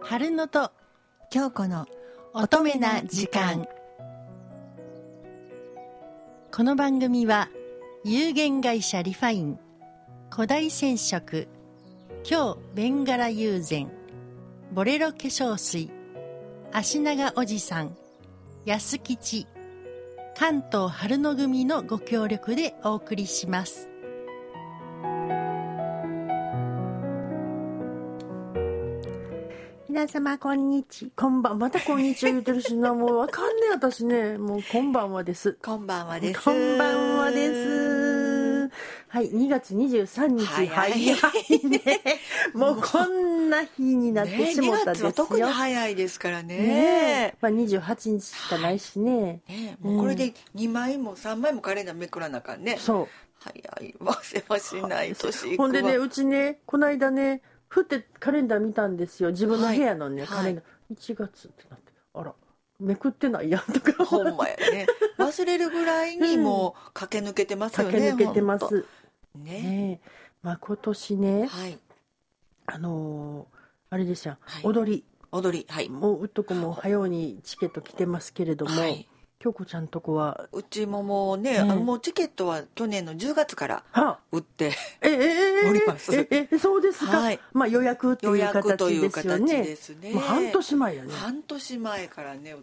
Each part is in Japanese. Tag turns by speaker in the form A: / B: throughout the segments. A: 春野と京子の乙女な時間この番組は有限会社リファイン古代染色京ベンガラ友禅ボレロ化粧水足長おじさん安吉関東春野組のご協力でお送りします
B: 皆様こんにちこんばんまたこんにちは言ってるしなもうわかんねえ私ねもうこんばんはです
C: こんばんはです。
B: こんばんはですはい2月23日
C: 早い
B: ねもうこんな日になっ
C: ね
B: てし
C: 2
B: もったです
C: 月
B: よ、
C: は特に早いですからね。
B: ねえまあ28日しかないしね、
C: ねもうこれで2枚も3枚もカレンダーめくらなあかんね。
B: そう
C: 早いわ、せわしない年いく
B: ほ
C: わ
B: んでね、うちね、この間ね、ふってカレンダー見たんですよ。自分の部屋のね、
C: はい
B: カレンダー。1月ってなって、あら、めくってないやんとか。
C: ほんまやね。忘れるぐらいにもう駆け抜けてますよ
B: 駆け
C: ね。
B: 抜けてま
C: ほんと。
B: す。
C: ね。
B: ねえ。まあ今年ね、
C: はい。
B: あのーあれでした、
C: はい
B: 踊り。
C: 踊り、はい。
B: もううっとこも早うにチケット来てますけれども、
C: はい
B: 京子ちゃんとこは、
C: うちももうね、
B: うん
C: あのもうチケットは去年の10月から
B: あ
C: 売って、
B: ええええ
C: おります
B: えええそうですか、
C: はい
B: まあ予約と
C: 予
B: いう
C: 約
B: 形
C: という
B: ですよ
C: 形
B: ね。
C: ですね。
B: もう半年前やね。
C: 半年前からね、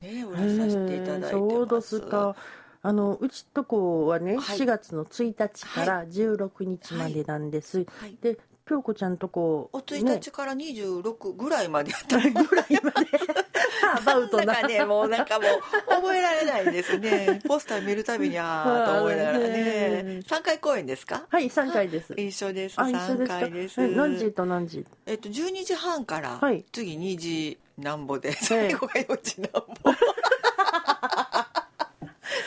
C: ね、売らさせていただいてます。
B: えーそうですかあのうちとこはね、
C: はい
B: 4月の1日から16日までなんです、
C: はい。
B: で京子ちゃんとこ
C: お
B: ね
C: 一日から二十六ぐらいまでやった。
B: ぐらいま でアバウト
C: なん
B: な
C: かね、もうなんかもう覚えられないですね。 ポスター見るたびにあーと思いながら
B: あーね
C: ね。三回公演ですか？
B: はい3回です
C: 一緒です。
B: あ一緒
C: 三
B: ですか
C: 回です。
B: え何時と何時
C: えっと十二時半から
B: はい
C: 次二時なんぼで最後が四時なんぼ。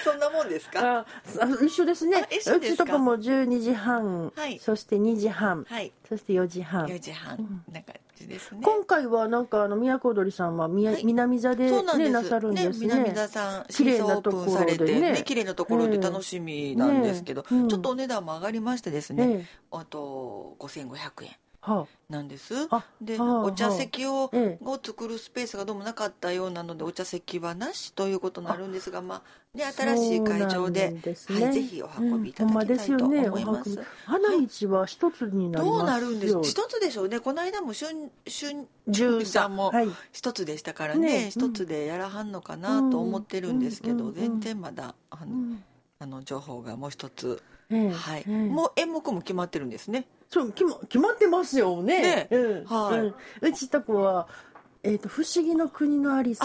C: そんなもんですか？
B: ああ一緒ですね
C: あ一緒
B: う
C: ですか
B: ちとこも12時半、
C: はい
B: そして2時半
C: はい。
B: そして4時半
C: 四時半な感じですね。
B: 今回はなんかあの宮古踊りさんは宮、
C: はい
B: 南座で,、
C: そうなんで
B: ね、
C: す。
B: なさるんですね
C: 南田さん、
B: 綺
C: 新
B: 麗
C: 装オ
B: な
C: ー
B: とこ
C: プ
B: ろ
C: ンされ
B: で
C: て、
B: ね
C: ね、綺麗なところで楽しみなんですけど、
B: ねえうん
C: ちょっとお値段も上がりましてですね、
B: ええ
C: あと5500円
B: は
C: なんです。
B: ああ
C: で、
B: はあ
C: お茶席を、
B: ええ
C: を作るスペースがどうもなかったようなのでお茶席はなしということになるんですがまあ、ね、新しい会場で
B: そうなんです
C: はい、ぜひお運びいただ
B: うんほんま
C: きた
B: です
C: いと
B: よね
C: 思います。
B: お運び花道は一つになりますよ
C: どうなるんです一つでしょうねこの間も春春
B: 13
C: さんも
B: はい
C: 一つでしたから
B: ね
C: ね
B: え
C: 一、つでやらはんのかなと思ってるんですけど、
B: うん
C: 全然まだあの,、
B: うん
C: あの情報がもう一つ、
B: ええ
C: はい、
B: ええ
C: もう演目も決まってるんですね
B: そう決ま決まってますよね
C: ね
B: うん
C: はい
B: うんうちとこはえーと「不思議の国のアリス」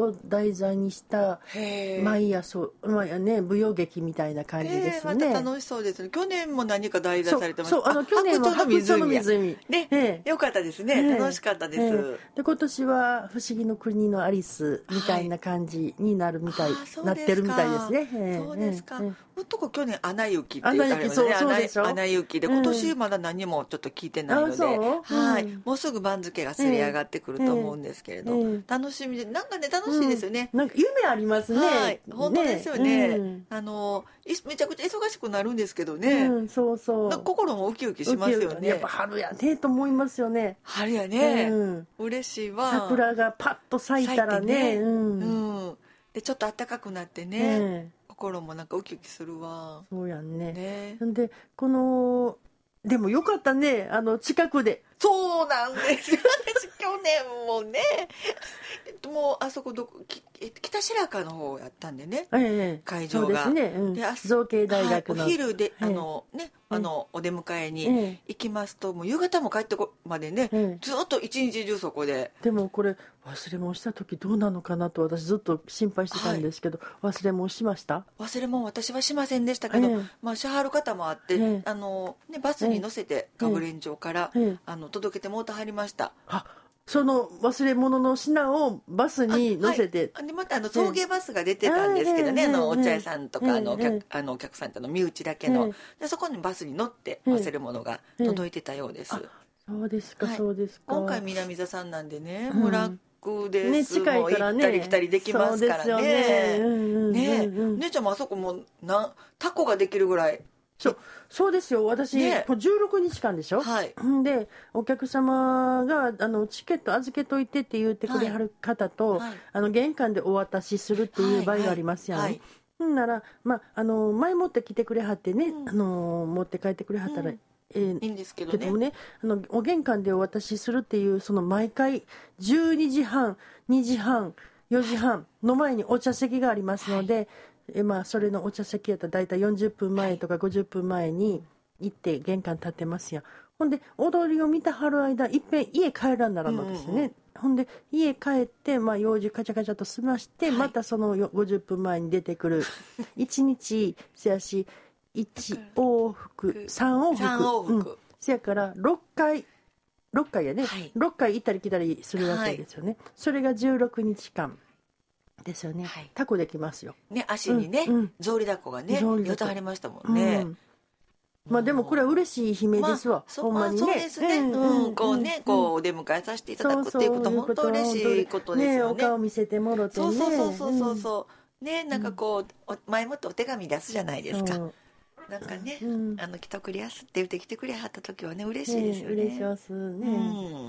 B: を題材にした
C: へ
B: 毎朝毎夜ね舞踊劇みたいな感じです
C: ま
B: ね
C: た楽しそうですね去年も何か題
B: そ
C: 材されて
B: う
C: ました
B: そうあの去年は白鳥
C: 白鳥
B: の
C: の湖や
B: 湖
C: ね、
B: ええ
C: よかったです
B: え
C: ね、
B: え
C: 楽しかったです、
B: ええで今年は「不思議の国のアリス」みたいな感じになるみたい、
C: ああそう
B: な
C: ですか
B: ってるみたいですね。ええ
C: そうですか、
B: ええ
C: ほんとこ去年「アナ雪」って言ったらね
B: アナ雪そうそうでしょ
C: アナ雪」で
B: うん
C: 今年まだ何もちょっと聞いてないの
B: あ
C: で、
B: そう
C: はい
B: うん
C: もうすぐ番付がせり上がってくると思うんですけれど、
B: ええええ
C: 楽しみでなんかね楽しいですよね、
B: なんか夢ありますね。
C: はい本当ですよね
B: うん
C: あのいめちゃくちゃ忙しくなるんですけど
B: う
C: ね、
B: んそうそう。
C: なんか心もウキウキします
B: ウ
C: よ
B: キウキ
C: ね
B: やっぱ春やねと思いますよね。
C: 春やね、
B: うん
C: 嬉しいわ
B: 桜がパッと咲いたら
C: 咲い
B: ね。
C: てね
B: うん
C: うんでちょっと暖かくなって
B: え
C: ね、
B: え
C: 心もなんかウキウキするわ
B: そうやんね。
C: ね
B: なんでこのでもよかったねあの近くで。
C: そうなんですよ 私去年もねえっともうあそこどこきえ北白河の方やったんでね
B: ええ
C: 会場が
B: そうですね。うん
C: であそ
B: 造形大学の。
C: はいお昼で、
B: はい
C: あのねあのお出迎え
B: え
C: に
B: え
C: 行きますともう夕方も帰ってこまでね、
B: ええ
C: ずっと一日中そこで
B: でもこれ忘れ物した時どうなのかなと私ずっと心配してたんですけど、忘れ物しました
C: 忘れ物私はしませんでしたけど、
B: ええ
C: まあ、しはる方もあって、
B: ええ
C: あのね、バスに乗せて学連町から、
B: ええ
C: あの届けてもうたはりました
B: あその忘れ物の品をバスに乗せて、
C: あでまたあの送迎バスが出てたんですけどね、
B: ええ
C: あの
B: ええ
C: お茶屋さんとか、あのお
B: ええ
C: 客あのお客さんとの身内だけの、
B: え
C: でそこにバスに乗って
B: ええ
C: 忘れ物が届いてたようです、
B: ええそうですか、
C: はい
B: そうですか
C: 今回南座さんなんでね、
B: うん
C: 村区で
B: ね
C: す、
B: 近い
C: もう
B: から
C: 行
B: ね
C: ったり来たりできますから
B: そうですよねう
C: ね
B: んうんうんうん
C: ね姉ちゃんもあそこもなんタコができるぐらい
B: そうそうですよ私、
C: ね
B: こう16日間でしょ、
C: はい
B: でお客様があのチケット預けといてって言ってくれはる方と、
C: はい
B: あの玄関でお渡しするっていう場合がありますやん、
C: はいはい
B: ほんなら、まあ、あの前もって来てくれはってね、
C: ん
B: あの持って帰ってくれはったら、
C: うん
B: ええ
C: いいんですけど
B: け
C: ね
B: どもねあのお玄関でお渡しするっていうその毎回12時半2時半4時半の前にお茶席がありますので、えまあ、それのお茶席やったら大体40分前とか50分前に行って玄関立ってますやんほんで踊りを見てはる間いっぺん家帰らんならんのですね、
C: うんうん
B: ほんで家帰って、まあ、用事カチャカチャと済まして、
C: はい
B: またそのよ50分前に出て くる1日せやし1往復3往復
C: 三往復
B: うんせやから6回6回やね、
C: はい
B: 6回行ったり来たりするわけですよね、それが16日間ですよね、
C: はい
B: タコできますよ、
C: ね足にね、
B: うんうん
C: 草履だこがね
B: 草履だこ
C: よたはりましたもんね、
B: うんまあでもこれは嬉しい悲鳴ですわ、
C: まあ、そ
B: ほんまにね
C: まあそうですね、うんこうね、
B: うん
C: こうお出迎えさせていただくっていうこと
B: そ
C: 本当嬉しいことですよ
B: えお
C: ね
B: 顔見せてもろてね
C: そうそうそうそうそうそうねなんかこうお前もってお手紙出すじゃないですか
B: そう
C: なんかね、
B: うん
C: あの来てくれやすって言って来てくれはった時はね嬉しい
B: ね
C: ですよね
B: 嬉しいですね、
C: う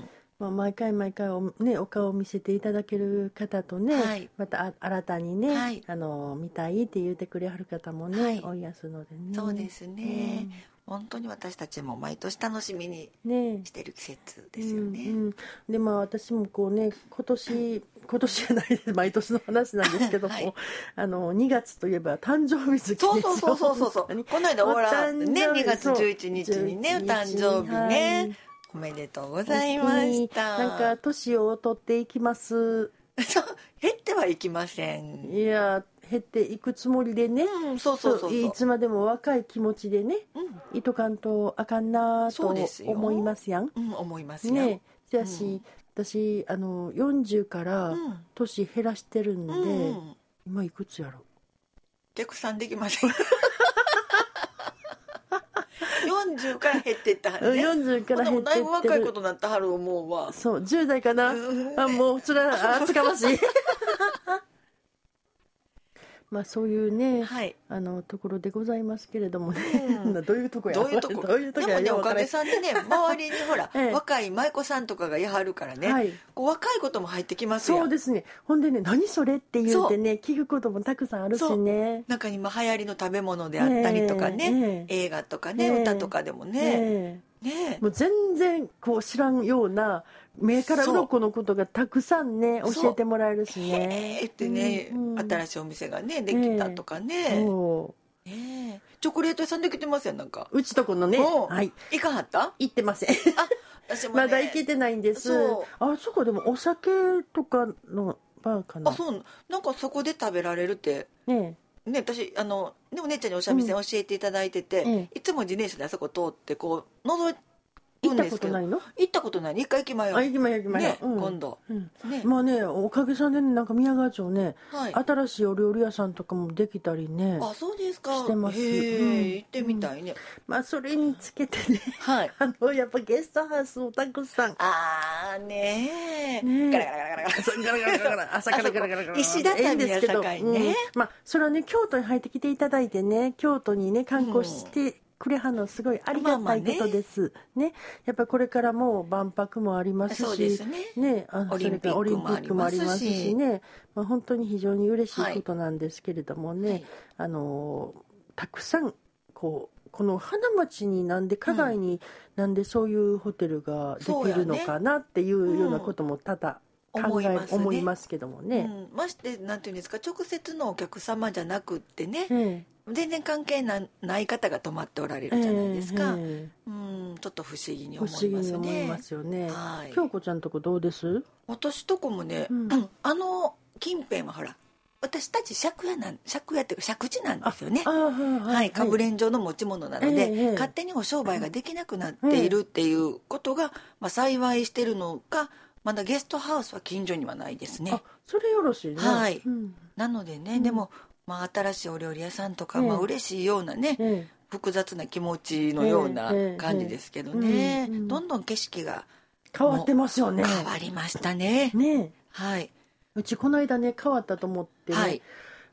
C: ん
B: まあ、毎回毎回お,、ね、お顔を見せていただける方とね、
C: はい
B: またあ新たにね、
C: はい
B: あの見たいって言ってくれはる方もね、
C: はい
B: おいやすのでね
C: そうですね、本当に私たちも毎年楽しみに
B: うんね
C: してる季節ですよね、
B: うんうんでまあ私もこうね今年今年じゃないです毎年の話なんですけども、
C: はい
B: あの2月といえば誕生日月
C: そうそうそうそうそうそ
B: 本
C: う
B: 当に
C: この間おら
B: お誕生日
C: ね2月
B: そう
C: 11日にねお
B: 11
C: 誕生日
B: は
C: ね
B: い
C: おめでとうございました
B: なんか年を取っていきます
C: そう減ってはいきません
B: いや減っていくつもりでね、
C: うんそうそうそうそう
B: いつまでも若い気持ちでね
C: うん
B: いとかんとあかんなと
C: そうですよ
B: 思いますやん
C: うん、思いますよ
B: ねじゃあし、
C: うん
B: 私あの40から
C: うん
B: 年減らしてるんで、
C: うん、
B: 今いくつやろ
C: 逆算できません40から減ってったは
B: う
C: る
B: ん
C: ね
B: 40から
C: で
B: 減っ
C: も
B: て
C: だいぶ
B: っ
C: 若
B: て
C: いこ
B: る
C: とになったはる思うわ
B: そう10代かな、
C: うん
B: あもうそれはあ厚かまし いまあそういうね、
C: はい
B: あのところでございますけれどもね、
C: うん
B: どういうとこや
C: どういうとこ
B: どういうとこ
C: で
B: や
C: もね
B: よう
C: お
B: わ
C: からげ
B: ん
C: さんでね周りにほら、
B: ええ
C: 若い舞妓さんとかがやはるからね、
B: はい
C: こう若いことも入ってきます
B: そ
C: よ
B: うですねほんでね何それって言うてね聞くこともたくさんあるしね
C: なんか今流行りの食べ物であったりとかね、
B: え
C: 映画とかね、
B: ええ
C: 歌とかでもね、
B: ね
C: ね
B: えもう全然こう知らんような目から鱗のことがたくさんね
C: そう
B: 教えてもらえるしね
C: えーってね、
B: うんうん
C: 新しいお店がねできたとかね、
B: そ
C: ねえチョコレート屋さんできてますよなんか、
B: ううちとこのね
C: うん
B: はい
C: いかはった
B: 行ってません
C: 私も、ね、
B: まだ行けてないんです
C: そう
B: あそこでもお酒とかのバーか
C: あ
B: な
C: そうなんかそこで食べられるって
B: ね
C: ね私あのねお姉ちゃんにお三味線教えていただいてて、
B: うんえ
C: いつも自転車であそこ通ってこう覗
B: え
C: く
B: 行
C: ん
B: った
C: で
B: こ
C: すけ
B: と
C: ど
B: ないの
C: 行ったことない一回行きまよ
B: あ行きまよ行きまよ
C: ね、
B: うん
C: 今度
B: うん
C: ね、
B: まあねおかげさんでねなんか宮川町ね
C: はい
B: 新しいお料理屋さんとかもできたりね
C: あそうですか
B: してます
C: へえ、
B: うん
C: 行ってみたいね、
B: まあそれにつけてね
C: はい
B: あのやっぱゲストハウスもたくさん
C: あーねえ
B: ねえ
C: ガラガラガラガラ
B: 朝からガラガラガ ラ朝からガラガラガラ
C: 石畳や
B: いいんですけど
C: 境ね
B: うんまあそれはね京都に入ってきていただいてね京都にね観光してくれはんのすごいありがたいことですねやっぱりこれからもう万博もありますし
C: そうですね
B: ね、あ
C: オ
B: そ
C: リ
B: れ
C: ンピ
B: から
C: ッ
B: オリ
C: ク
B: ンピ
C: もあ
B: ッ
C: り
B: クも
C: ま
B: あ
C: すし
B: りますしね、まあ、本当に非常に嬉し
C: はい
B: いことなんですけれどもね、
C: はい
B: あのたくさんこうこの花町になんで花街になんでそういうホテルができるのかなっていうようなことも多々考
C: 思
B: え、
C: いますね
B: 思いますけどもね。
C: うん、ましてなんていうんですか直接のお客様じゃなくってね
B: え
C: 全然関係なない方が泊まっておられ
B: え
C: るじゃないですか、
B: ええ
C: うんちょっと不思議に
B: 不
C: 思
B: 思
C: い
B: 議
C: ます
B: に思い
C: ね
B: ますよね。
C: はい
B: 京子ちゃんとこどうです？
C: 私とこもね、
B: うん
C: あの近辺はほら私たち借家なん借家っていうか借地なんですよね
B: あはい
C: はい、かぶれん状の持ち物なので、
B: ええええ
C: 勝手にお商売ができなくなっているっていうことが、まあ、幸いしてるのかまだゲストハウスは近所にはないですね
B: あそれよろしいね。
C: はい
B: うん
C: なのでね、
B: うん
C: でも、まあ、新しいお料理屋さんとか、
B: ええ
C: まあ嬉しいようなね、
B: ええ
C: 複雑な気持ちのような
B: ええええ
C: 感じですけどね、
B: うんうん
C: どんどん景色が
B: 変わってますよね。
C: 変わりましたね、
B: ねえ
C: はいう
B: ちこの間ね変わったと思ってね、
C: はい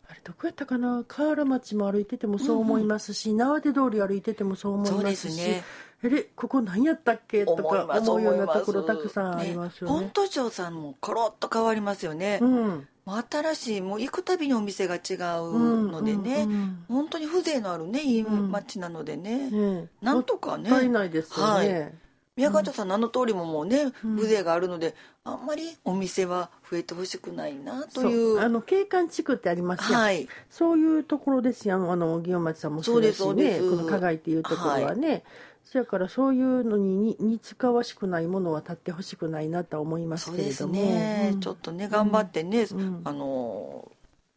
B: あれどこやったかな河原町も歩いててもそう思いますし、縄手通り歩いててもそう思いますし
C: そうですね
B: あれここ何やったっけと
C: 思い
B: か
C: ます
B: 思うようなところ
C: 思いま
B: た
C: す
B: くさんありますよね
C: ね本都庁さんもコロッと変わりますよね、
B: うん
C: もう新しいもう行くたびにお店が違
B: う
C: うんので
B: う
C: ね、
B: ん
C: 本当に風情のあるねいい街なので
B: ね
C: ね、
B: え
C: なんとかね
B: もったいないですよね、
C: は宮川町さん名の通りももうね
B: うん
C: 風情があるので、あんまりお店は増えてほしくないなと
B: そう
C: いう
B: あの景観地区ってありますやん、
C: はい
B: そういうところですやんあの祇園町さんもそうですし
C: そうで
B: ね
C: す
B: こ
C: そうです
B: の加害っていうところはね、そやからそういうのにに似つかわしくないものは立ってほしくないなとは思います
C: そう
B: けれ
C: です
B: ども
C: ね、
B: うん
C: ちょっとね頑張ってね、
B: うん
C: あの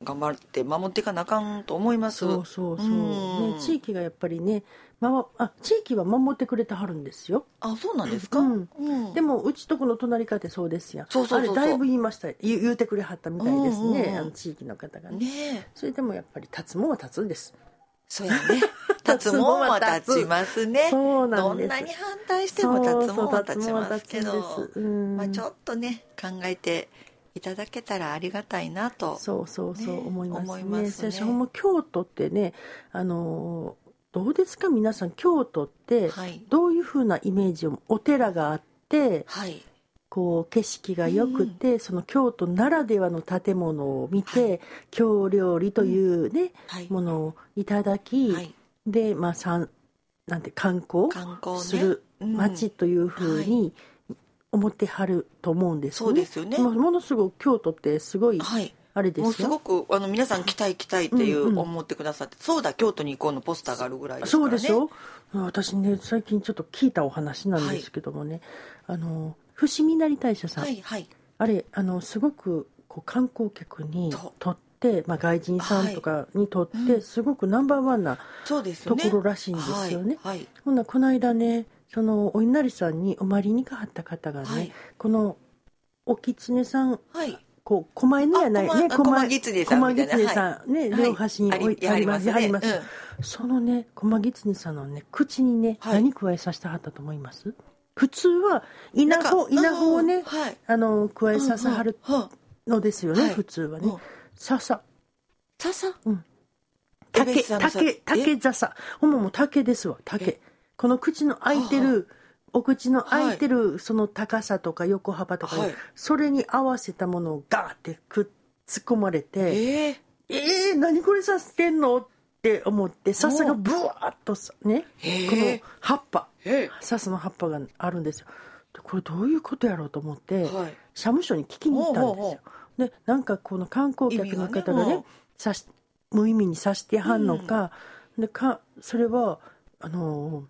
C: 頑張って守っていかなあかんと思います
B: そうそうそう、
C: うん
B: ね、地域がやっぱりね、まわあ地域は守ってくれてはるんですよ
C: あそうなんですか、
B: うん
C: うん
B: でもうちとこの隣かってそうですやん
C: そうそうそうそ
B: あ
C: う
B: れだいぶ言いました言う言うてくれはったみたいですね、
C: うんうんうん
B: あの地域の方がね
C: ねえ
B: それでもやっぱり立つもんは立つんです
C: そう やね立つもんは立ちますね
B: そうなん
C: どん
B: です
C: なに反対しても立つもんは立ちますけど
B: そうそう立つもんは立つんですうん
C: まあ、ちょっとね考えていただけたらありがたいなと
B: そうそうそう、
C: ね
B: 思いますね。
C: 思いますね
B: 最初ほんま京都ってね、あのーどうですか皆さん京都って
C: はい
B: どういうふうなイメージをお寺があって
C: はい
B: こう景色が良くて、その京都ならではの建物を見て、
C: は
B: 京料理というね、
C: はい、
B: ものをいただき、
C: はい、
B: でまあさんなんて観光
C: 観光ね
B: する
C: うん
B: 街というふうに思ってはると思うんですね。
C: そうですよね
B: まあものすごく京都ってすごい
C: はい
B: あれですよ。
C: もうすごくあの皆さん来たい来たいってい
B: うんうん
C: う思ってくださって、そうだ京都に行こうのポスターがあるぐらいです
B: そ
C: から
B: う
C: ね
B: でしょ私ね最近ちょっと聞いたお話なんですけどもね、あの伏見稲荷大社さん、
C: はいはい
B: あれあのすごくこう観光客に
C: そう
B: とって、まあ、外人さんとかにとって、
C: はいう
B: すごくナンバーワンな
C: そうですよ
B: と
C: ね
B: ころらしいんですよね、
C: はい、はい
B: ほんならこの間ねそのお稲荷さんにお参りにかはった方がね、
C: はい
B: このお狐さん
C: はい
B: こう狛犬やない
C: あ
B: ね
C: 狛狛狐さん
B: 狛
C: みたいな
B: 狐さん、ね
C: はい
B: 両端に置いてあ
C: あ
B: り
C: り
B: ま,、
C: ますすね
B: あります
C: うん
B: そのね駒狐さんのね口にね、
C: はい
B: 何加えさせてはったと思います普通は稲
C: なん
B: 穂
C: か
B: 稲穂を
C: う
B: ね
C: んはい
B: あの加えさせはる
C: うんうんうん
B: のですよね、
C: はい
B: 普通は
C: う
B: ね
C: ん
B: 笹
C: 笹エベ
B: 竹
C: ッサの笹
B: 竹竹
C: え
B: 笹ほんまもう竹ですわ竹
C: え
B: この口の開いて
C: は
B: るお口の開いてるその高さとか横幅とかね、
C: はい
B: それに合わせたものをガーってくっ突っ込まれて
C: ええ
B: えー、何これさせてんのって思って笹がブワーッとさねこ
C: へー
B: の葉っぱ
C: え
B: 笹の葉っぱがあるんですよでこれどういうことやろうと思って、
C: えはい
B: 社務所に聞きに行ったんです
C: ほうほ
B: よでなんかこの観光客の方が
C: 意味がねう
B: ね
C: ん
B: さし無意味にさしてはんのか,、でかそれはあのー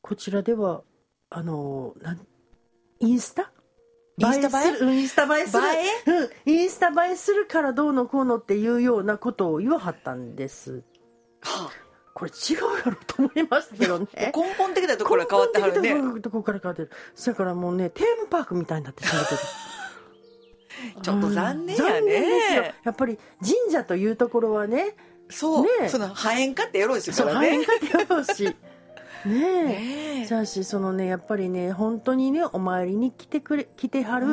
B: こちらではあのーなんインスタ
C: インスタ映え
B: するうんインスタ映えするうん、インスタ映えするからどうのこうのっていうようなことを言わはったんです
C: は
B: これ違うやろと思いましたけ どね
C: あ根本的なところが変わってはるね
B: 根本的なとこから変わってるそやからもうねテーマパークみたいになってしまってる
C: ちょっと残念やね
B: 残念ですよやっぱり神社というところはね
C: そう、
B: ねえ
C: その破縁かってエロいです
B: そ
C: か
B: う
C: ら
B: 早
C: ね
B: かってほしいねえ
C: ねえ
B: じゃあしそのねやっぱりね本当にねお参りに来てくれ来てはる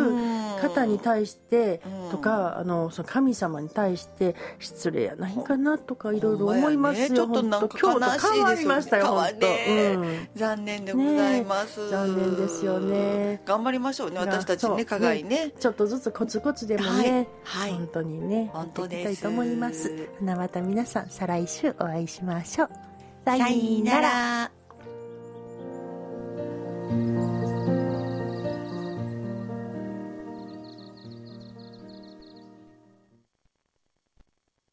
B: 方に対して
C: うん
B: とか、あのその神様に対して失礼やないかなとかいろいろ
C: ほんま
B: 思
C: やね
B: いますよ、
C: ちょっとなんか
B: ほんと
C: 悲しいですよ
B: 変
C: ね
B: わりましたよ
C: 変わ
B: 本当、
C: ね
B: うん
C: 残念でございます、
B: ね残念ですよね
C: 頑張りましょうね私たち
B: そう
C: ね加害ね
B: ちょっとずつコツコツでも
C: はい
B: ね、
C: はい
B: 本当にね
C: 本当です
B: やっていきたいと思いますほなまた皆さん再来週お会いしましょうさ
C: さいなら